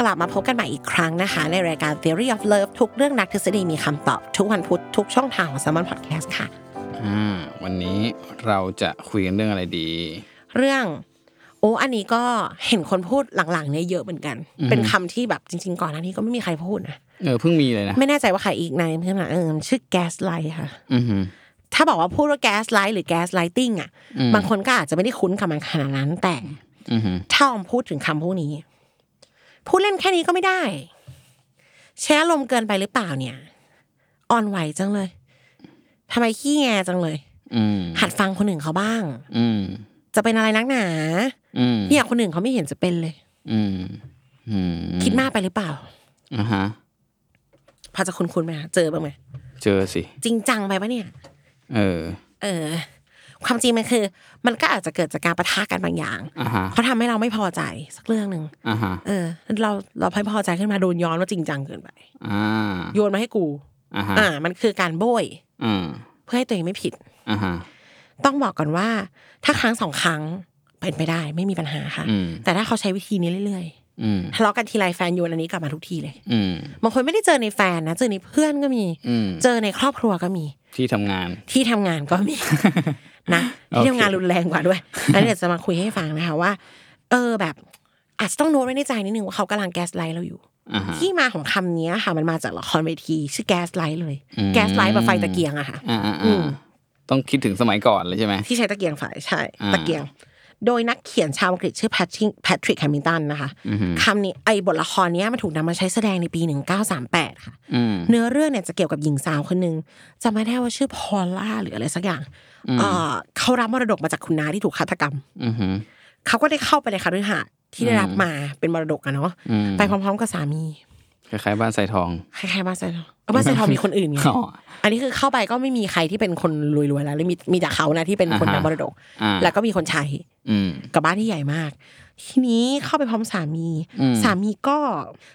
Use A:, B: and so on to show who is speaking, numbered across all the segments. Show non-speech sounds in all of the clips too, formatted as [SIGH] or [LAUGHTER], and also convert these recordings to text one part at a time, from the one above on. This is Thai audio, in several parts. A: กลับมาพบกันใหม่อีกครั้งนะคะ ในรายการ Theory of Love ทุกเรื่องรักทฤษฎีมีคำตอบ ทุกวันพุธทุกช่องทางของ s ซ l m o n Podcast ค่ะ
B: อ่า วันนี้เราจะคุยกันเรื่องอะไรดี
A: เรื่อง โอ้อันนี้ก็เห็นคนพูดหลังๆเนี่ยเยอะเหมือนกัน เป็นคำที่แบบจริง ๆ ก่อนหน้านี้ก็ไม่มีใครพูดนะ
B: เออ เพิ่งมีเลยนะ
A: ไม่แน่ใจว่าใครอีกในเพื่อนนะเออชื่อ gaslight ค่ะ
B: อือหือ
A: ถ้าบอกว่าพูดว่าแก๊สไลท์หรือแก๊สไลติงอ่ะ
B: อืม
A: บางคนก็อาจจะไม่ได้คุ้นกับมันขนาดนั้น แต่
B: อือหือ
A: ถ้าออมพูดถึงคำพวกนี้ พูดเล่นแค่นี้ก็ไม่ได้ใช้อารมณ์เกินไปหรือเปล่าเนี่ย อ่อนไหวจังเลยทำไมขี้แงจังเลย
B: อืม
A: หัดฟังคนอื่นเขาบ้าง
B: อืม
A: จะเป็นอะไรนักหนา
B: อืม
A: เนี่ยคนอื่นเขาไม่เห็นจะเป็นเลย
B: อืมอืม
A: คิดมากไปหรือเปล่า
B: อ่าฮะ
A: พอจะคุ้นๆไหมคะเจอบ้างไหม
B: เจอสิ
A: จริงจังไปปะเนี่ย
B: เออ
A: เออ ความจริงมันคือ มันก็อาจจะเกิดจากการประทะกันบางอย่าง
B: อ่าฮะ
A: เขาทำให้เราไม่พอใจสักเรื่องหนึ่ง
B: อ่าฮะ
A: เออเราเราพอพอใจขึ้นมาโดนย้อนว่าจริงจังเกินไป
B: อ่า
A: โยนมาให้กู
B: อ่าฮะ
A: อ่า มันคือการโบย
B: อ่า
A: เพื่อให้ตัวเองไม่ผิด
B: อ่าฮะ
A: ต้องบอกก่อนว่า ถ้าครั้งสองครั้งเป็นไปได้ไม่มีปัญหาค่ะ
B: อืม
A: แต่ถ้าเขาใช้วิธีนี้เรื่อย
B: อืม
A: ๆทะเลาะกันทีไรแฟนโยนอันนี้กลับมาทุกทีเลย
B: อืม
A: บางคนไม่ได้เจอในแฟนนะเจอในเพื่อนก็มี
B: อืม
A: เจอในครอบครัวก็มี
B: ที่ทำงาน
A: ที่ทำงานก็มี นะที่ทำงานรุนแรงกว่าด้วยแล้วเดี๋ยวจะมาคุยให้ฟังนะคะว่า เออแบบ อาจจะต้องโน้ตไว้ในใจนิดนึงว่าเขากำลังแก๊สไลท์เราอยู่
B: อ่าฮะ
A: ที่มาของคำนี้ค่ะมันมาจากละครเวที ชื่อแก๊สไลท์เลย
B: อืม
A: แก๊สไลท์แบบไฟตะเกียงอะค่ะ
B: อ่าอ่า
A: อื
B: อ่าม ต้องคิดถึงสมัยก่อนเลยใช่ไหม
A: ที่ใช้ตะเกียงไฟใช่
B: อ่า
A: ตะเกียง โดยนักเขียนชาวอังกฤษชื่อแพทริกแฮมิลตันนะคะคำนี้ไอบทละครเนี้ยมันถูกนำมาใช้แสดงในปี 1938 ค่ะ
B: อืม
A: เนื้อเรื่องเนี่ยจะเกี่ยวกับหญิงสาวคนหนึ่งจำไม่ได้ว่าชื่อพอลล่าหรืออะไรสักอย่างเอ่อเขารับมรดกมาจากคุณน้าที่ถูกฆาตกรรม
B: อือหือ
A: เขาก็ได้เข้าไปในคฤหาสน์ที่ได้รับมาเป็นมรดกอะเนาะ
B: อืม
A: ไปพร้อม ๆ กับสามี
B: คล้ายๆบ้านใส่ทอง
A: คล้ายๆบ้านไซทองเอาบ้านไซทองมีคนอื่นไง
B: อ๋อ
A: อันนี้คือเข้าไปก็ไม่มีใครที่เป็นคนรวยๆแล้วเลยมีมีแต่เขานะที่เป็นคน
B: อ่าฮะ
A: นำมรดก
B: อ่า
A: แล้วก็มีคนใช้
B: อืม
A: กับบ้านที่ใหญ่มาก ทีนี้เข้าไปพร้อมสามี
B: อืม
A: สามีก็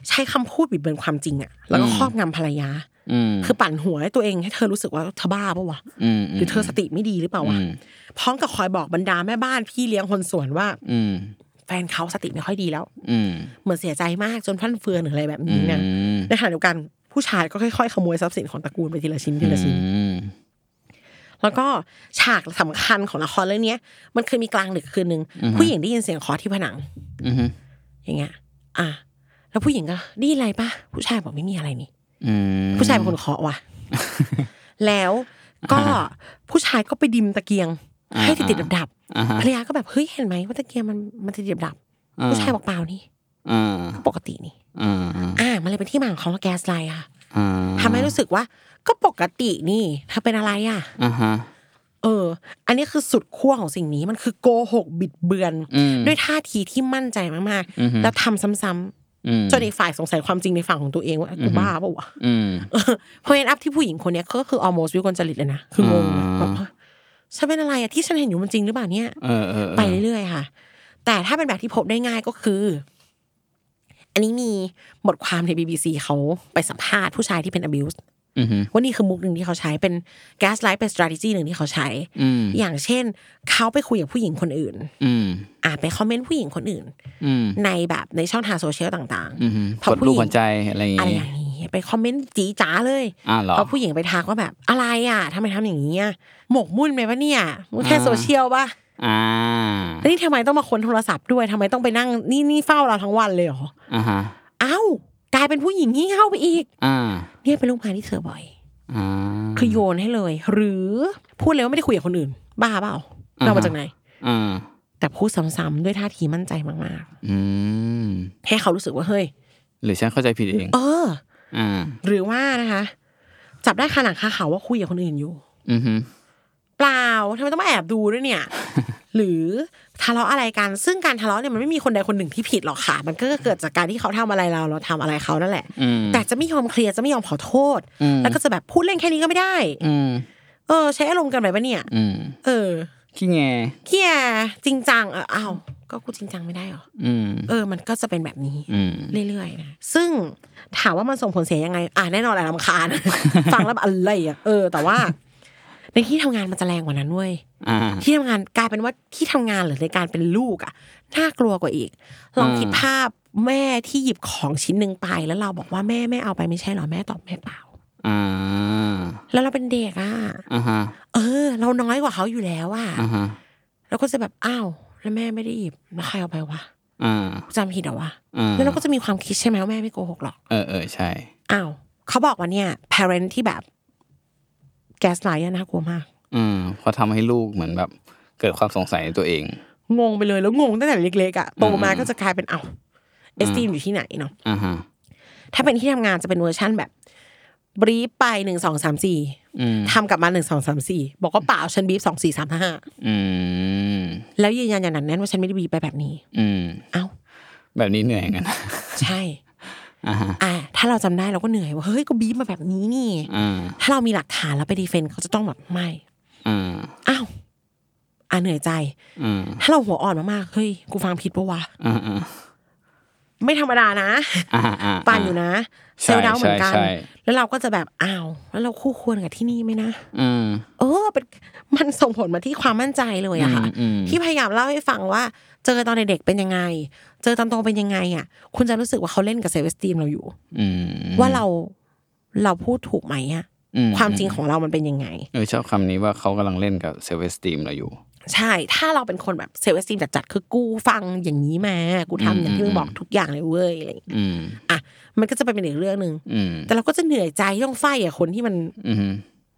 A: ใช้คำพูดบิดเบือนความจริงอะแล้วก็ครอบงำภรรยา
B: อืม
A: คือปั่นหัวให้ตัวเองให้เธอรู้สึกว่าเธอบ้าปะวะ
B: อืมม
A: หรือเธอสติไม่ดีหรือเปล่าวะ
B: อืม
A: พร้อมกับคอยบอกบรรดาแม่บ้านพี่เลี้ยงคนสวนว่า
B: อืม
A: แฟนเขาสติไม่ค่อยดีแล้ว
B: อืม
A: เหมือนเสียใจมากจนพันเฟือนหรืออะไรแบบ
B: อื
A: นี้
B: ม
A: เนี่ยในขณะเดียวกันผู้ชายก็ค่อยๆขโมยทรัพย์สินของตระกูลไปทีละชิ้นทีละชิ้น
B: อืม
A: แล้วก็ฉากสำคัญของละครเรื่องเนี้ย มันเคยมีกลางดึกคืนหนึ่ง
B: อือฮึ
A: ผู้หญิงได้ยินเสียงเคอที่ผนัง
B: อืม
A: อย่างเงี้ย อ่ะแล้วผู้หญิงก็ไดีอะไรปะผู้ชายบอกไม่มีอะไรนี่
B: อืม
A: ผู้ชายเป็นคนเคาะว่ะ แล้วก็ผู้ชายก็ไปดิมตะเกียง ให้ติดติดดับดับๆ
B: อ่าฮะ
A: ภรรยาก็แบบเฮ้ยเห็นไหมว่าตะเกียงมันมันติดติดดับดับผู้ชายบอกเปล่านี่
B: อ่า
A: ปกตินี่
B: อ่า
A: อ่ะมันเลยเป็นที่มาของคำว่าแก๊สไลน์ค่ะ
B: อ่า
A: ทำให้รู้สึกว่า ก็ปกตินี่เธอเป็นอะไรอ่ะ
B: อ่าฮะ
A: เออ อันนี้คือสุดขั้วของสิ่งนี้มันคือโกหกบิดเบือน
B: อืม
A: ด้วยท่าทีที่มั่นใจมาก
B: อือฮึ
A: ๆ แล้วทำซ้ำ
B: อืม
A: ๆจนอีกฝ่ายสงสัยความจริงในฝั่งของตัวเองว่ากูบ้าเปล่าวะ [LAUGHS]
B: อืม
A: เออเพราะเอ็นอัพที่ผู้หญิงคนเนี้ยก็คือ almost วิกลจริตเลยนะคืองง
B: อ่า
A: แบบ [GASPS] ว่าฉันเป็นอะไรอะที่ฉันเห็นอยู่มันจริงหรือเปล่าเนี่ย
B: เออเออเออ
A: ไปเรื่อยๆค่ะ แต่ถ้าเป็นแบบที่พบได้ง่ายก็คือ อันนี้มีบทความใน BBC เขาไปสัมภาษณ์ผู้ชายที่เป็น abuse
B: อือฮึ
A: ว่านี่คือมุกหนึ่งที่เขาใช้เป็น gas light เป็น strategy หนึ่งที่เขาใช้
B: อืม
A: อย่างเช่น เขาไปคุยกับผู้หญิงคนอื่น
B: อืม
A: อ่าไปคอมเมนต์ผู้หญิงคนอื่น
B: อืม
A: ในแบบในช่องทางโซเชียลต่าง
B: อือฮึ
A: ๆพ
B: ก
A: อ
B: ด
A: ผู้ห
B: รู
A: ญิ
B: ป
A: ง
B: หัวใจอะไรอย่าง
A: อะไรอ
B: งี้
A: ย่างนี้ไปคอมเมนต์จีจ๋าเลย
B: อ่าเหรอ
A: พอผู้หญิงไปทักว่าแบบอะไรอ่ะทำไมทำอย่างนี้อะหมกมุ่นไหมวะเนี่ยมันแค่
B: อ่า
A: โซเชียลปะ
B: อ่า
A: แล้วนี่ทำไมต้องมาค้นโทรศัพท์ด้วยทำไมต้องไปนั่งนี่นี่เฝ้าเราทั้งวันเลยเหรอ
B: อ่าฮะ
A: เอ้ากลายเป็นผู้หญิงงี่เง่าไปอีก
B: อ่า
A: เนี่ยเป็นลูกพาที่เธอบ่อย
B: อ่า
A: คือโยนให้เลย หรือพูดเลยว่าไม่ได้คุยกับคนอื่น บ้าเปล่า
B: อ่าฮะ
A: เรามาจากไหน
B: อ่า
A: แต่พูดซ้ำๆด้วยท่าทีมั่นใจมาก
B: อืม
A: ๆ ให้เขารู้สึกว่าเฮ้ย
B: หรือฉันเข้าใจผิดเอง
A: เออ
B: อ่า
A: หรือว่านะคะ จับได้ขนาดคาเขาว่าคุยกับคนอื่นอยู่
B: อือฮึ
A: เปล่าทำไมต้องมาแอบดูด้วย
B: [LAUGHS]
A: เนี่ย หรือทะเลาะอะไรกัน ซึ่งการทะเลาะเนี่ยมันไม่มีคนใดคนหนึ่งที่ผิดหรอกค่ะ มันก็เกิดจากการที่เขาทำอะไรเราเราทำอะไรเขานั่นแหละ
B: อืม
A: แต่จะไม่ยอมเคลียร์จะไม่ยอมขอโทษ
B: อืม
A: แล้วก็จะแบบพูดเล่นแค่นี้ก็ไม่ได้
B: อืม
A: เออ ใช้อารมณ์กันไปปะเนี่ย
B: อืม
A: เออ
B: ขี้แง
A: เกียจริงจังเอออ้าวก็กูจริงจังไม่ได้เหรอ
B: อืม
A: เออ มันก็จะเป็นแบบนี้
B: อืม
A: เรื่อยๆนะซึ่งถามว่ามันส่งผลเสียยังไง อ่ะแน่นอนแหละรำคาญ [LAUGHS] ฟังแล้วแบบอะไรอ่ะเออ แต่ว่า ในที่ทำงานมันจะแรงกว่านั้นเว้ย
B: อ่า
A: ที่ทำงานกลายเป็นว่าที่ทำงานหรือในการเป็นลูกอ่ะน่ากลัวกว่าอีก ลอง
B: อ่า
A: คิดภาพแม่ที่หยิบของชิ้นหนึ่งไป แล้วเราบอกว่าแม่แม่เอาไปไม่ใช่เหรอแม่ตอบแม่เปล่า
B: อ่า
A: แล้วเราเป็นเด็กอ่ะ
B: อ่าฮะ
A: เออ เราน้อยกว่าเขาอยู่แล้วอ่ะ
B: อ่าฮะ
A: เราก็จะแบบอ้าวแล้วแม่ไม่ได้หยิบแล้วใครเอาไปวะ
B: อ่า
A: จำผิดเหรอวะ
B: อ่า
A: แล้วเราก็จะมีความคิดใช่ไหมว่าแม่ไม่โกหกหรอก
B: เออเออใช่
A: อ้าว เขาบอกว่าเนี่ย parent ที่แบบ แกสไลท์น่ากลัวมาก
B: อืมเพราะทำให้ลูกเหมือนแบบ เกิดความสงสัยในตัวเอง
A: งงไปเลยแล้วงงตั้งแต่เล็กๆอ่ะ โตมา
B: อืม
A: ก็จะกลายเป็นเอ้าเอสตีมอยู่ที่ไหนเนาะ
B: อ่าฮะ
A: ถ้าเป็นที่ทำงานจะเป็นเวอร์ชั่นแบบบรีฟไปหนึ่งสองสามสี่
B: อืม
A: ทำกลับมาหนึ่งสองสามสี่บอกว่าเปล่าฉันบรีฟสองสี่สามห้า
B: อืม
A: แล้วยืนยันอย่างหนั้นแน่นว่าฉันไม่ได้บรีฟไปแบบนี้
B: อืม
A: เอ้า
B: แบบนี้เหนื่อยเหมือนกัน
A: ใช่
B: อ่าฮะ
A: อ่ะถ้าเราจำได้เราก็เหนื่อยว่าเฮ้ยก็บรีฟมาแบบนี้นี่
B: อ่า
A: ถ้าเรามีหลักฐานแล้วไปดีเฟนต์เขาจะต้องแบบไม่
B: อ่า
A: อ้าวอ่าเหนื่อยใจ
B: อ่า
A: ถ้าเราหัวอ่อนมากๆ เฮ้ย กูฟังผิดปะวะ
B: อ่าอ่า
A: ไม่ธรรมดานะ
B: อ่าอ่า
A: ปั่นอยู่นะ เซ
B: ใช่
A: ลล์ดาวน์เหมือนกัน
B: ใช่ใช่
A: แล้วเราก็จะแบบ อ้าว แล้วเราคู่ควรกับที่นี่ไหมนะ
B: อืม
A: เออเป็น [LAUGHS] มันส่งผลมาที่ความมั่นใจเลยอะค่ะ
B: อืมอืม
A: ที่พยายามเล่าให้ฟังว่า เจอตอนเด็กๆเป็นยังไง เจอตอนโตเป็นยังไงอะคุณจะรู้สึกว่าเขาเล่นกับเซลล์เวสตีมเราอยู่
B: อืม
A: ว่าเรา เราพูดถูกไหมอะ
B: อื
A: ความจริงของเรามันเป็นยังไง
B: เออชอบคำนี้ว่าเขากำลังเล่นกับเซลฟ์สตีมเราอยู่
A: ใช่ ถ้าเราเป็นคนแบบเซลล์เวสตีมจัดๆ คือกูฟังอย่างนี้มา กูทำอย่างที่มึงบอกทุกอย่างเลยเว้ยอะไรอย่างเงี้ย
B: อืม
A: อ่ะมันก็จะไปเป็นอีกเรื่องหนึ่ง
B: อืม
A: แต่เราก็จะเหนื่อยใจที่ต้องไฟกับคนที่มัน
B: อืม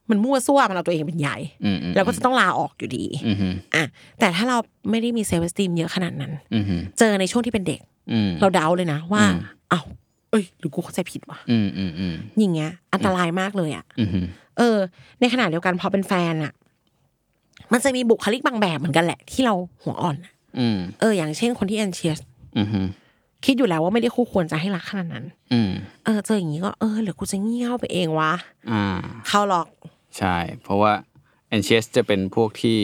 A: มันมั่วซั่วมันเอาตัวเองเป็นใหญ่
B: อืมอืม
A: เราก็จะต้องลาออกอยู่ดี
B: อืม
A: อ่ะแต่ถ้าเราไม่ได้มีเซลฟ์สตีมเยอะขนาดนั้น
B: อืม
A: เจอในช่วงที่เป็นเด็ก
B: อืม
A: เราเดาเลยนะว่าเอ้าเอ้ยหรือกูเข้าใจผิดวะ
B: อืมอืมอืม
A: อย่างเงี้ย อันตรายมากเลยอ่ะ
B: อืม
A: เออ ในขณะเดียวกันพอเป็นแฟนอ่ะ มันจะมีบุคลิกบางแบบเหมือนกันแหละ ที่เราหัวอ่อนอะ
B: อืม
A: เอออย่างเช่นคนที่แอนเชียส
B: อืม
A: คิดอยู่แล้วว่าไม่ได้คู่ควรจะให้รักขนาดนั้น
B: อืม
A: เออเจออย่างงี้ก็เออหรือกูจะงี่เง่าไปเองวะ
B: อ่า
A: เข้าหรอก
B: ใช่ เพราะว่าแอนเชสจะเป็นพวกที่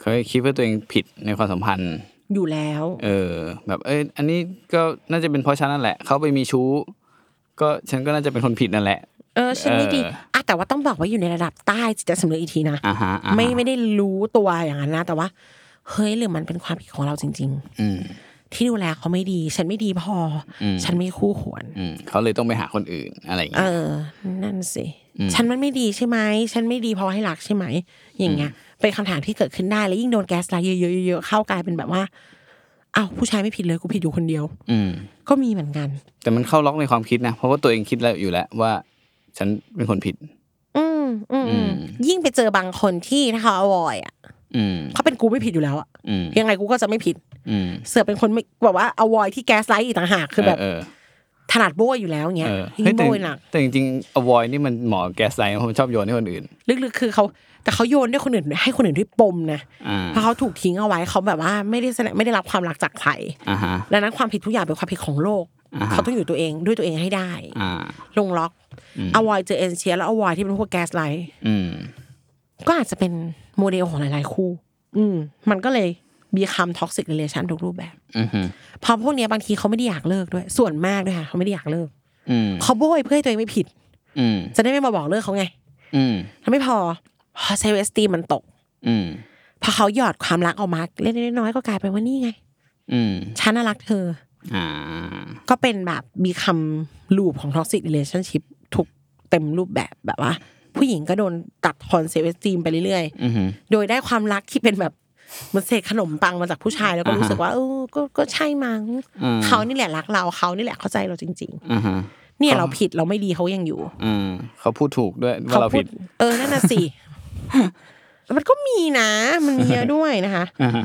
B: เคยคิดว่าตัวเองผิดในความสัมพันธ์
A: อยู่แล้ว
B: เออ แบบเอยอันนี้ก็น่าจะเป็นเพราะฉันนั่นแหละ เขาไปมีชู้ ก็ฉันก็น่าจะเป็นคนผิดนั่นแหละ
A: เออฉันไม่ดี
B: เออ
A: อ่ะแต่ว่าต้องบอกว่าอยู่ในระดับใต้จิตสำนึกอีกทีนะ
B: อ่าฮะอ่าฮะ
A: ไม่ไม่ได้รู้ตัวอย่างนั้นนะ แต่ว่าเฮ้ยหรือมันเป็นความผิดของเราจริง
B: อืม
A: ๆ ที่ดูแลเขาไม่ดี ฉันไม่ดีพออ
B: ม
A: ฉันไม่คู่ควร
B: อืมเขาเลยต้องไปหาคนอื่นอะไรอย่าง
A: เอ
B: เงี้ย
A: อ นั่นสิ ฉันมันไม่ดีใช่ไหมฉันไม่ดีพอให้รักใช่ไหมอย่างเงี้ยเป็นคำถามที่เกิดขึ้นได้แล้วยิ่งโดนแก๊สไลท์เยอะๆเยอะๆเข้ากลายเป็นแบบว่าอ้าวผู้ชายไม่ผิดเลยกูผิดอยู่คนเดียว
B: อืม
A: ก็มีเหมือนกัน
B: แต่มันเข้าล็อกในความคิดนะ เพราะว่าตัวเองคิดแล้วอยู่แล้วว่า ฉันเป็นคนผิด
A: อืมอืมอืมยิ่งไปเจอบางคนที่ถ้าเขาอวอยอ่ะ
B: อืม
A: เขาเป็นกูไม่ผิดอยู่แล้วอ่ะ
B: อืม
A: ยังไงกูก็จะไม่ผิด
B: อืม
A: เสือเป็นคนไม่แบบว่าอวอยที่แก๊สไลท์อีกต่างหากคือแบบ
B: เออ
A: ถนัดโบ้ยอยู่แล้วอย่าง
B: เอ
A: เงี้ย
B: อ
A: ยิ่
B: เฮ้ย
A: ง
B: แต่
A: โบ้ยหนัก
B: แต่จริงๆ avoid นี่มันเหมาะกับแกสไลน์เพราะมันชอบโยนให้คนอื่น
A: ลึกๆคือเขาแต่เขาโยนด้วยคนอื่นให้คนอื่นด้วยปมนะ
B: อ่า
A: เพราะเขาถูกทิ้งเอาไว้เขาแบบว่าไม่ได้แสดงไม่ได้รับความรักจากใคร
B: อ่าฮะ
A: ดังนั้นความผิดทุกอย่างเป็นความผิดของโลก
B: อ่าฮะ
A: เขาต้องอยู่ตัวเองด้วยตัวเองให้ได้
B: อ่า
A: ลงล็อกอวอยเจอเอนเชียแล้วอวอยที่เป็นพวกแก๊สไลท์
B: อืม
A: ก็อาจจะเป็นโมเดลของหลายๆคู่ อืมมันก็เลยมีคำท็อกซิกเรเลชันทุกรูปแบบ
B: อืม
A: เพอพวกเนี้ยบางทีเขาไม่ได้อยากเลิกด้วย ส่วนมากด้วยค่ะเขาไม่ได้อยากเลิก
B: อืม
A: เขาโบยเพื่อให้ตัวเองไม่ผิด
B: อืม
A: จะได้ไม่มาบอกเลิกเขาไง
B: อืม
A: แล้วไม่พอพอเซลล์เอสตีมันตก
B: อืม
A: พอเขาหยอดความรักออกมาเล็กๆน้อยๆก็กลายเป็นว่านี่ไง
B: อืม
A: ฉันน่ะรักเธอ
B: อ่า
A: ก็เป็นแบบมีคำลูปของ toxic relationship ทุกเต็มรูปแบบแบบว่า ผู้หญิงก็โดนตัดทอนเซเวสตีมไปเรื่อย
B: อือหือ
A: ๆ โดยได้ความรักที่เป็นแบบเหมันเศษขนมปังมาจากผู้ชายแล้วก็
B: อ่าฮะ
A: รู้สึกว่าเออก็ก็ใช่มั้ง
B: อืม
A: เขานี่แหละรักเราเขานี่แหละเข้าใจเราจริง
B: อ่าฮะ
A: ๆ เนี่ยเราผิดเราไม่ดีเขายังอยู่
B: อืมเขาพูดถูกด้วยว่าเรา
A: พู
B: ผิ
A: ด
B: ด
A: เออนั่นน่ะ
B: [LAUGHS]
A: สิ มันก็มีนะ มันมีเยอะด้วยนะคะ
B: อ่าฮะ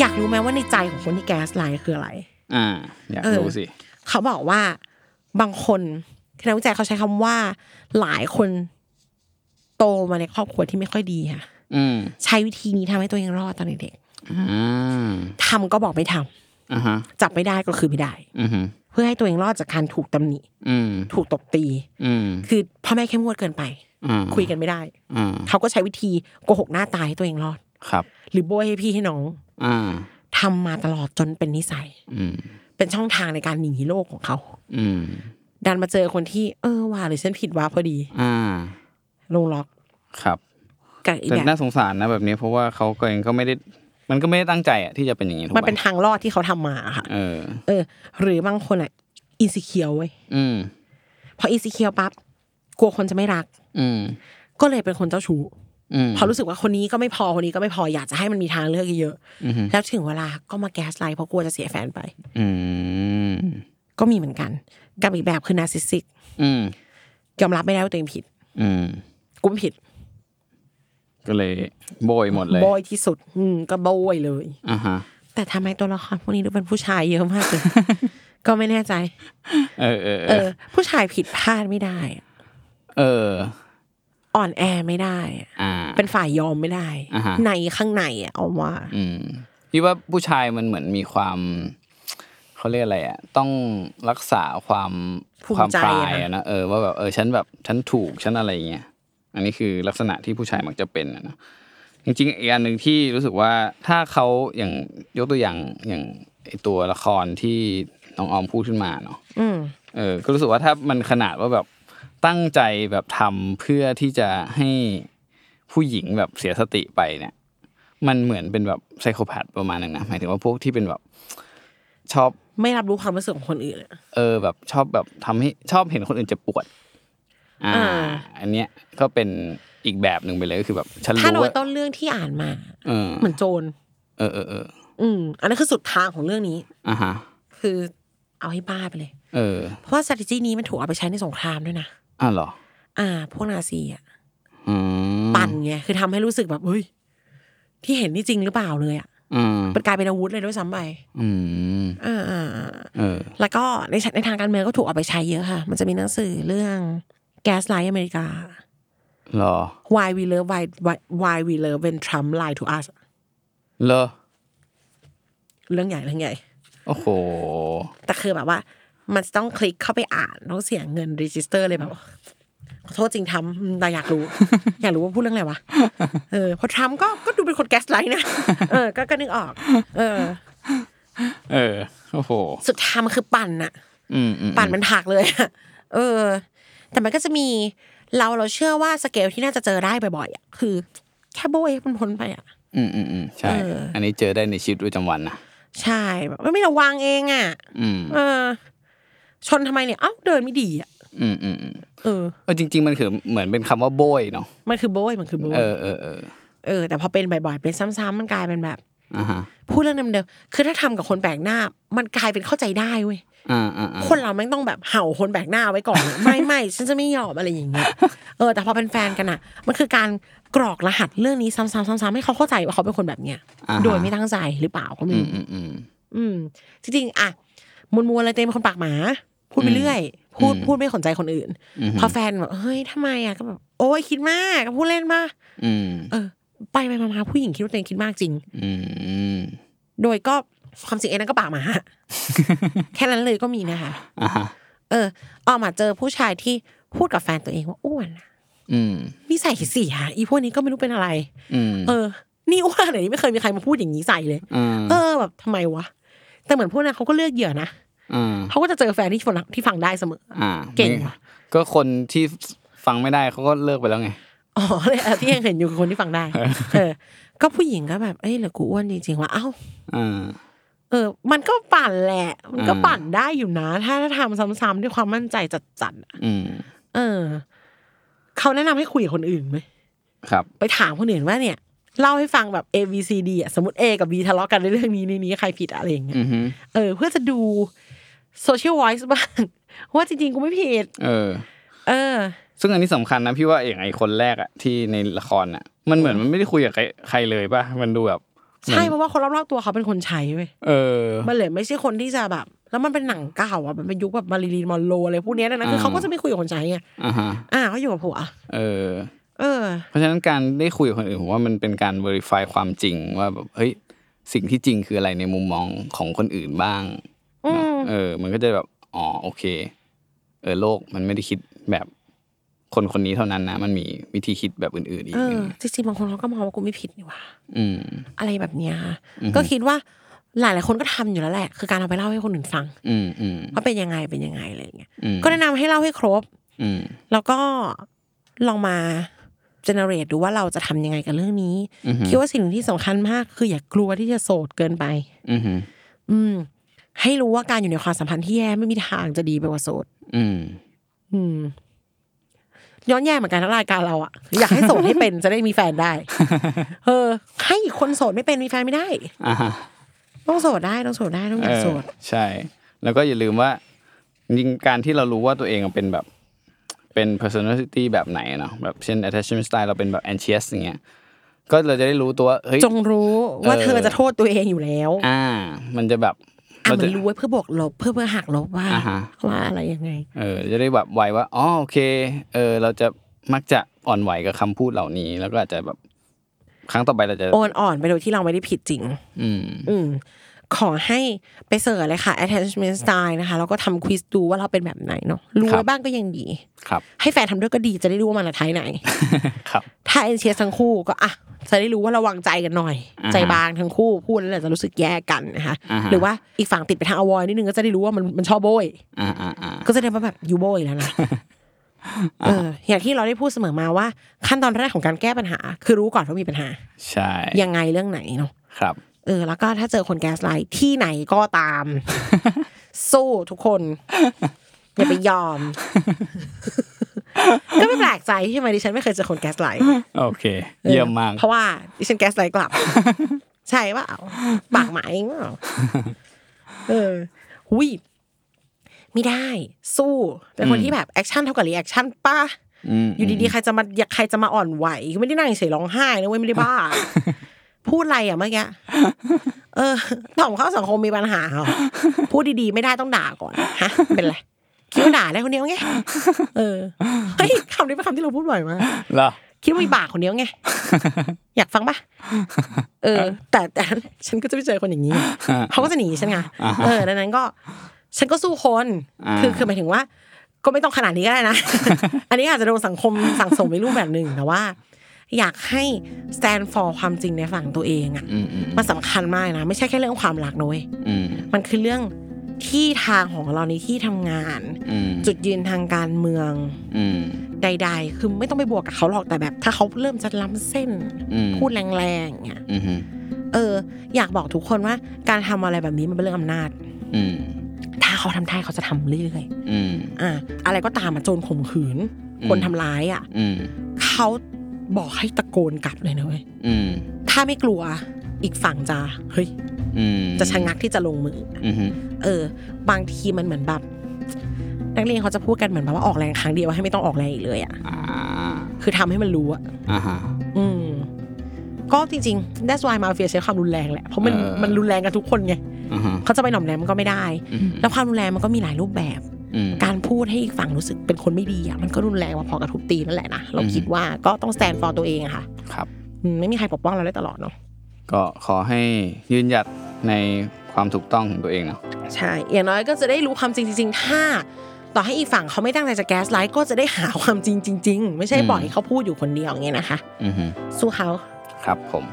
A: อยากรู้ไหมว่าในใจของคนที่แก๊สไลน์คืออะไร
B: อ่าอยาก
A: เออ
B: รู้สิ
A: เขาบอกว่าบางคนคือนักวิจัยเขาใช้คำว่า หลายคนโตมาในครอบครัวที่ไม่ค่อยดีค่ะ
B: อืม
A: ใช้วิธีนี้ทำให้ตัวเองรอดตอนเด็ก
B: อ่า
A: ๆทำก็บอกไม่ทำ
B: อ่าฮะ
A: จับไม่ได้ก็คือไม่ได้
B: อือหือ
A: เพื่อให้ตัวเองรอดจากการถูกตำหนิ
B: อืม
A: ถูกตบตี
B: อืม
A: คือพ่อแม่เข้มงวดเกินไป
B: อ่า
A: คุยกันไม่ได้
B: อ่า
A: เขาก็ใช้วิธีโกหกหน้าตายให้ตัวเองรอด
B: ครับ
A: หรือโบยให้พี่ให้น้อง
B: อ่า
A: ทำมาตลอดจนเป็นนิสัย
B: อืม
A: เป็นช่องทางในการหนีโลกของเขา
B: อืม
A: ดันมาเจอคนที่เออว่าหรือฉันผิดว่าพอดี
B: อ่า
A: ลงล็อก
B: ครับ
A: กับอีก
B: แต่
A: แบบ
B: น่าสงสารนะแบบนี้เพราะว่าเขาก็เองก็ไม่ได้ มันก็ไม่ได้ตั้งใจอะที่จะเป็นอย่างนี้ถูกไหม
A: มันเป็นทางรอดที่เขาทำมาอะค่ะ
B: เออ
A: เออ หรือบางคนอ่ะอินสิเคียวเว้ย
B: อืม
A: พออินสิเคียวปั๊บกลัวคนจะไม่รัก
B: อืม
A: ก็เลยเป็นคนเจ้าชู้
B: อืม
A: พอรู้สึกว่าคนนี้ก็ไม่พอคนนี้ก็ไม่พออยากจะให้มันมีทางเลือกเยอะๆแล้วถึงเวลาก็มาแก๊สไลท์เพราะกลัวจะเสียแฟนไป
B: อืม
A: ก็มีเหมือนกัน กับอีกแบบคือนาซิสซิก
B: อืม
A: ยอมรับไม่ได้ว่าตัวเองผิด
B: อืม
A: กูไม่ผิด
B: ก็เลยโบยหมดเลย
A: โบยที่สุด อืมก็โบยเลย
B: อ่าฮะ
A: แต่ทำไมตัวละครพวกนี้ดูเป็นผู้ชายเยอะมาก
B: [LAUGHS]
A: เลย ก็ไม่แน่ใจ
B: เออเออเอ
A: เอ
B: อ
A: อ ผู้ชายผิดพลาดไม่ได้อะ
B: เออ
A: อ่อนแอไม่ได้อะ
B: อ่า
A: เป็นฝ่ายยอมไม่ได้
B: อ่าฮะ
A: ในข้างในอะเอาว่า
B: อืมพี่ว่าผู้ชายมันเหมือนมีความเขาเรียกอะไรอ่ะต้องรักษาความ
A: ภู
B: ความ
A: มิใจ
B: ป
A: อะนะ
B: ลายอะนะเออว่าแบบเออฉันแบบฉันถูกฉันอะไรอย่างเงี้ยอันนี้คือลักษณะที่ผู้ชายมักจะเป็นอะนะจริงๆอีกอันหนึ่งที่รู้สึกว่าถ้าเขาอย่างยกตัวอย่างอย่างไอตัวละครที่น้องออมพูดขึ้นมาเนาะ
A: อืม
B: เออก็รู้สึกว่าถ้ามันขนาดว่าแบบตั้งใจแบบทำเพื่อที่จะให้ผู้หญิงแบบเสียสติไปเนี่ย มันเหมือนเป็นแบบไซโคแพดประมาณนึงนะหมายถึงว่าพวกที่เป็นแบบชอบ
A: ไม่รับรู้ความรู้สึกของคนอื่นอะ
B: เออแบบชอบแบบทำให้ชอบเห็นคนอื่นเจ็บปวด อ่า
A: อ่า
B: อันเนี้ยก็เป็นอีกแบบหนึ่งไปเลยก็คือแบบฉัน
A: ถ้าโดย
B: รู้ว่า
A: ต้นเรื่องที่อ่านมา
B: เออ
A: เหมือนโจร
B: เออเออเออ
A: อืม อันนั้นคือสุดทางของเรื่องนี้
B: อ่าฮะ
A: คือเอาให้บ้าไปเลย
B: เออ
A: เพราะว่า strategy นี้มันถูกเอาไปใช้ในสงครามด้วยนะ
B: อ้าวเหรอ
A: อ่า พวกนาซีอะ
B: อืม
A: ปั่นไง คือทำให้รู้สึกแบบเฮ้ย ที่เห็นนี่จริงหรือเปล่าเลยอะ
B: อืม
A: มันกลายเป็นอาวุธเลยด้วยซ้ำไป
B: อืม
A: อ่าอ่าอ่า
B: เออ
A: แล้วก็ในในทางการเมืองก็ถูกเอาไปใช้เยอะค่ะ มันจะมีหนังสือเรื่อง Gas Light อเมริกา
B: เหรอ
A: Why We Love Why Why, Why We Love When Trump Lied to Us
B: เหรอ
A: เรื่องใหญ่เรื่องใหญ่
B: โอ้โห
A: แต่คือแบบว่า มันจะต้องคลิกเข้าไปอ่านต้องเสียเงินรีจิสเตอร์เลยแบบขอโทษจริงทำอืมแต่อยากรู้ อยากรู้ว่าพูดเรื่องอะไรวะ เออเพอทรัมป์ก็ก็ดูเป็นคนแก๊สไลท์นะ เออ ก็ก็นึกออก เออ
B: เออ โอ้โห
A: สุดท้ายมันคือปั่นอะ
B: อืมอืม
A: ปั่นมันหักเลย [LAUGHS] อะเออ แต่มันก็จะมีเราเราเชื่อว่าสเกลที่น่าจะเจอได้บ่อยๆอะคือ แค่โบยให้มันพ้นไปอะ
B: อืมอืมอืมใช่ อันนี้เจอได้ในชีวิตประจำวันนะ
A: ใช่แบบไม่ระวังเองอะ
B: อืม
A: เออ ชนทำไมเนี่ยเอ้าเดินไม่ดีอะ
B: อืมอืมอืม
A: เออ
B: เออจริง ๆ มันคือเหมือนเป็นคำว่าโบยเนาะ
A: มันคือโบยมันคือโบย
B: เออเออเออ
A: เออแต่พอเป็นบ่อยๆเป็นซ้ำๆมันกลายเป็นแบบ
B: อ่าฮะ
A: พูดเรื่องเดิมๆคือถ้าทำกับคนแปลกหน้า มันกลายเป็นเข้าใจได้เว้ย
B: อ่าอ่าอ่า
A: คนเราแม่งต้องแบบเห่าคนแปลกหน้าไว้ก่อน ไม่ไม่ฉันจะ [LAUGHS] ไม่ยอมอะไรอย่างเงี้ยเออแต่พอเป็นแฟนกันอ่ะ มันคือการกรอกรหัสเรื่องนี้ซ้ำๆซ้ำๆให้เขาเข้าใจว่าเขาเป็นคนแบบเนี้ย
B: อ่าฮะ
A: โดยไม่ตั้งใจหรือเปล่าก็ไม่รู้
B: อืมอืมอืม
A: อืม จริงๆอ่ะมวลมวลอะไรเต็มเป็นคนปากหมา พูดไปเรื่อย พูด
B: อืม
A: พูดไม่สนใจคนอื่น
B: อืม
A: พอแฟนแบบเฮ้ยทำไมอ่ะก็แบบโอ้ยคิดมากก็พูดเล่นมา
B: อืม
A: เออ ไปไปมาๆผู้หญิงคิดว่าตัวเองคิดมากจริง
B: อืมอืม
A: โดยก็ความจริงเองนั้นก็ปากหมา
B: [LAUGHS]
A: แค่นั้นเลยก็มีนะคะ
B: อ่าฮะ
A: เออออกมาเจอผู้ชายที่พูดกับแฟนตัวเองว่าอ้วนน่ะ
B: อืม
A: นิสัยเสียอีพวกนี้ก็ไม่รู้เป็นอะไร
B: อืม
A: เออ นี่อ้วนไหนนี่ไม่เคยมีใครมาพูดอย่างนี้ใส่เลย
B: อ่า
A: เออแบบทำไมวะ แต่เหมือนพวกนั้นเขาก็เลือกเหยื่อนะ
B: อ่า
A: เขาก็จะเจอแฟนที่ฟังที่ฟังได้เสมอ
B: อ่า
A: เก่งว่ะ
B: ก็คนที่ฟังไม่ได้เขาก็เลิกไปแล้วไง
A: อ๋ [LAUGHS] อเลยเออที่ยังเห็นอยู่คือคนที่ฟังได้
B: [LAUGHS]
A: เออ ก็ผู้หญิงก็แบบเอ้ยเหรอกูอ้วนจริงๆวะเอ้า
B: อ่า
A: เออ มันก็ปั่นแหละ มันก็
B: อ่า
A: ปั่นได้อยู่นะ ถ้าถ้าทำซ้ำๆด้วยความมั่นใจจัดๆอะ
B: อืม
A: เออเขาแนะนำให้คุยกับคนอื่นไหม
B: ครับ
A: ไปถามคนอื่นว่าเนี่ยเล่าให้ฟังแบบ A B C D อ่ะสมมติ A กับ B ทะเลาะกันในเรื่องนี้ในนี้ใครผิดอะไรอย่างเงี้ย
B: อือฮึ
A: เออเพื่อจะดู Social Voice บ้าง [LAUGHS] ว่าจริงๆ กูไม่ผิด
B: เออ
A: เออ
B: ซึ่งอันนี้สำคัญนะพี่ว่าอย่างไอคนแรกอะที่ในละครอะมันเหมือนมันไม่ได้คุยกับใครใครเลยป่ะมันดูแบบ
A: ใช่เพราะว่าคนรอบๆตัวเขาเป็นคนใช้เว้ย
B: เออ
A: มันเลยไม่ใช่คนที่จะแบบ แล้วมันเป็นหนังเก่าอ่ะมันเป็นยุคแบบมาริลีนมอนโรอะไรพวกเนี้ยดังนั้นคือ
B: อ่า
A: เขาก็จะไม่คุยกับคนใช้ไง
B: อ่าฮะ
A: อ่าเขาอยู่กับผัว
B: เออ
A: เออ
B: เพราะฉะนั้นการได้คุยกับคนอื่นผมว่ามันเป็นการ verify ความจริงว่าแบบเฮ้ยสิ่งที่จริงคืออะไรในมุมมองของคนอื่นบ้าง
A: อืม
B: เนอะเออ มันก็จะแบบอ๋อโอเค เออโลกมันไม่ได้คิดแบบคนคนนี้เท่านั้นนะ มันมีวิธีคิดแบบอื่นๆอีก
A: เออจริงๆบางคนเขาก็มองว่ากูไม่ผิดนี่หว่า
B: อืม
A: อะไรแบบเนี้ยค่ะ
B: อือฮึ
A: ก็คิดว่าหลายๆคนก็ทำอยู่แล้วแหละ คือการเอาไปเล่าให้คนอื่นฟัง
B: อืมอืม
A: ว่าเป็นยังไงเป็นยังไงอะไรอย่างเงี้ย
B: อืม
A: ก็แนะนำให้เล่าให้ครบ
B: อืม
A: แล้วก็ลองมาเจเนเรตดูว่าเราจะทำยังไงกับเรื่องนี้
B: อืม
A: คิดว่าสิ่งที่สำคัญมากคืออย่ากลัวที่จะโสดเกินไป
B: อืมอืม
A: อืม ให้รู้ว่าการอยู่ในความสัมพันธ์ที่แย่ไม่มีทางจะดีไปกว่าโสด
B: อืม
A: อืม ย้อนแย่เหมือนกันนะรายการเราอะอยากให้โสดให้เป็น จะได้มีแฟนได้
B: [LAUGHS]
A: เออ ให้คนโสดไม่เป็นมีแฟนไม่ได้
B: อ่าฮะ
A: ต้องโสดได้ต้องโสดได้ต้องอยากโสด
B: เออใช่ แล้วก็อย่าลืมว่าจริงๆการที่เรารู้ว่าตัวเองเป็นแบบ เป็น personality แบบไหนเนาะแบบเช่น attachment style เราเป็นแบบ anxious อย่างเงี้ยก็เราจะได้รู้ตัวว่าเฮ้ย
A: จงรู้ว่า
B: เออ
A: เธอจะโทษตัวเองอยู่แล้วอ่ะ
B: อ่า มันจะแบบเรา
A: มั
B: จะ
A: นรู้ไว้เพื่อบวกลบเพื่อเพื่อหักลบว่า
B: อ่าฮะ
A: ว่าอะไรยังไง
B: เออจะได้แบบไวว่าอ๋อโอเค เออ เราจะมักจะอ่อนไหวกับคำพูดเหล่านี้ แล้วก็อาจจะแบบ ครั้งต่อไปเราจะ
A: โอนอ่อนไปโดยที่เราไม่ได้ผิดจริง
B: อืม
A: อืม ขอให้ไปเสิร์ชเลยค่ะ attachment style นะคะ แล้วก็ทำควิสดูว่าเราเป็นแบบไหนเนาะ รู้
B: ครั
A: ไว้
B: บ
A: บ้างก็ยังดี
B: ครับ [LAUGHS]
A: ให้แฟนทำด้วยก็ดีจะได้รู้ว่ามันอะไทยไหน [LAUGHS]
B: ครับ
A: ถ้าเอเชียทั้งคู่ก็อ่ะ จะได้รู้ว่าระวังใจกันหน่อย
B: อ่าฮะ
A: ใจบางทั้งคู่พูดแล้วเดี๋ยวจะรู้สึกแย่กันนะคะ
B: อ่าฮะ
A: หรือว่าอีกฝั่งติดไปทางอวอยนิดนึงก็จะได้รู้ว่ามันมันชอบโบย
B: อ่าอ่าอ่า
A: ก็จะได้มาแบบยูโบยแล้วนะ เออ อย่างที่เราได้พูดเสมอมาว่า ขั้นตอนแรกของการแก้ปัญหา คือรู้ก่อนว่ามีปัญหา
B: ใช่
A: ยังไงเรื่องไหนเนาะ
B: ครับ
A: เออแล้วก็ถ้าเจอคนแก๊สไลท์ที่ไหนก็ตาม
B: [LAUGHS]
A: สู้ทุกคน อย่าไปยอ
B: [LAUGHS]
A: ม ก็ไม่แปลกใจที่ทำไมดิฉันไม่เคยเจอคนแก๊สไลท์
B: โอเค เยี่ยมมาก
A: เพราะว่าดิฉันแก๊สไลท์กลับ [LAUGHS] ใช่เปล่าปากหมาเองเปล่าเออหุยไม่ได้ สู้ เป็นคนที่แบบแอคชั่นเท่ากับรีแอคชั่นป้า
B: อืม
A: อยู่ดีๆ ใครจะมาอยากใครจะมาอ่อนไหวก็ไม่ได้นั่งเฉยร้องไห้นะเว้ยไม่ได้
B: [LAUGHS]
A: บ้า พูดอะไรอ่ะเมื่อกี้เออต่อมเข้าสังคมมีปัญหาเหรอพูดดีๆ ไม่ได้ต้องด่าก่อนฮะ เป็นไรคิดว่าด่าได้คนเดียวไงเออเฮ้ยคำนี้เป็นคำที่เราพูดบ่อยมาก
B: เหรอ
A: คิดว่ามีปากคนเดี [LAUGHS] ยวไงอยากฟังปะเออ แต่แต่ฉันก็จะไปเจอคนอย่างนี้ไงเขาก็จะหนีฉันไงเออดังนั้นก็ ฉันก็สู้คน
B: อ่า
A: คือคือหมายถึงว่า ก็ไม่ต้องขนาดนี้ก็ได้ [LAUGHS] นะ อันนี้อาจจะโดนสังคมสั่งสมไปรูปแบบหนึ่งแต่ว่า อยากให้ stand for ความจริงในฝั่งตัวเองอะ
B: อืมอืม
A: มันสำคัญมากนะ ไม่ใช่แค่เรื่องความรักนะเว้ย
B: อืม
A: มันคือเรื่องที่ทางของเราในที่ทำงาน
B: อืม
A: จุดยืนทางการเมือง
B: อืม
A: ใด ๆ คือไม่ต้องไปบวกกับเขาหรอกแต่แบบ ถ้าเขาเริ่มจะล้ำเส้น
B: อืม
A: พูดแรงๆเนี่ย
B: อืมอืม
A: เออ อยากบอกทุกคนว่าการทำอะไรแบบนี้มันเป็นเรื่องอำนาจ
B: อืม
A: ถ้าเขาทำได้เขาจะทำเรื่อย
B: อืม
A: ๆอ่ะอะไรก็ตามอะโจรข่มขืน
B: อืม
A: คนทำร้ายอ่ะ
B: อืม
A: เขาบอกให้ตะโกนกลับเลยนะเว้ย
B: อืม
A: ถ้าไม่กลัว อีกฝั่งจะเฮ้ย
B: อืม
A: จะชะงักที่จะลงมือ
B: อือฮึ
A: เออ บางทีมันเหมือนแบบ นักเรียนเขาจะพูดกันเหมือนแบบว่าออกแรงครั้งเดียวให้ไม่ต้องออกแรงอีกเลยอะ
B: อ่า
A: คือทำให้มันรู้อะ
B: อ่าฮะ
A: อืม ก็จริงๆ that's why มาเฟียใช้ความรุนแรงแหละเพราะมัน
B: เออ
A: มันรุนแรงกันทุกคนไง
B: อ่าฮะ
A: เขาจะไปหน่อมแนมมันก็ไม่ได้
B: อืม
A: แล้วความรุนแรงมันก็มีหลายรูปแบบ
B: อืม
A: การพูดให้อีกฝั่งรู้สึกเป็นคนไม่ดีอะมันก็รุนแรงพอๆกับทุบตีนั่นแหละนะเรา
B: อืม
A: คิดว่าก็ต้อง stand for ตัวเองอะค่ะ
B: ครับ
A: อืมไม่มีใครปกป้องเราได้ตลอดเนาะ
B: ก็ขอให้ยืนหยัดในความถูกต้องของตัวเองเนาะ
A: ใช่อย่างน้อยก็จะได้รู้ความจริงจริงๆถ้า ต่อให้อีกฝั่งเขาไม่ตั้งใจจะแก๊สไลท์ก็จะได้หาความจริงจริงๆไม่ใช่ปล่อยให้เขาพูดอยู่คนเดียวอย่างเงี้ยนะคะ
B: อือฮึ
A: สู้เขา
B: ครับผม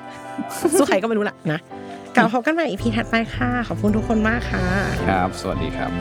A: สู้ใครก็ไม่รู้ละนะกลับมาพบกันใหม่อีพีถัดไปค่ะ ขอบคุณทุกคนมากค่ะ
B: ครับ สวัสดีครับ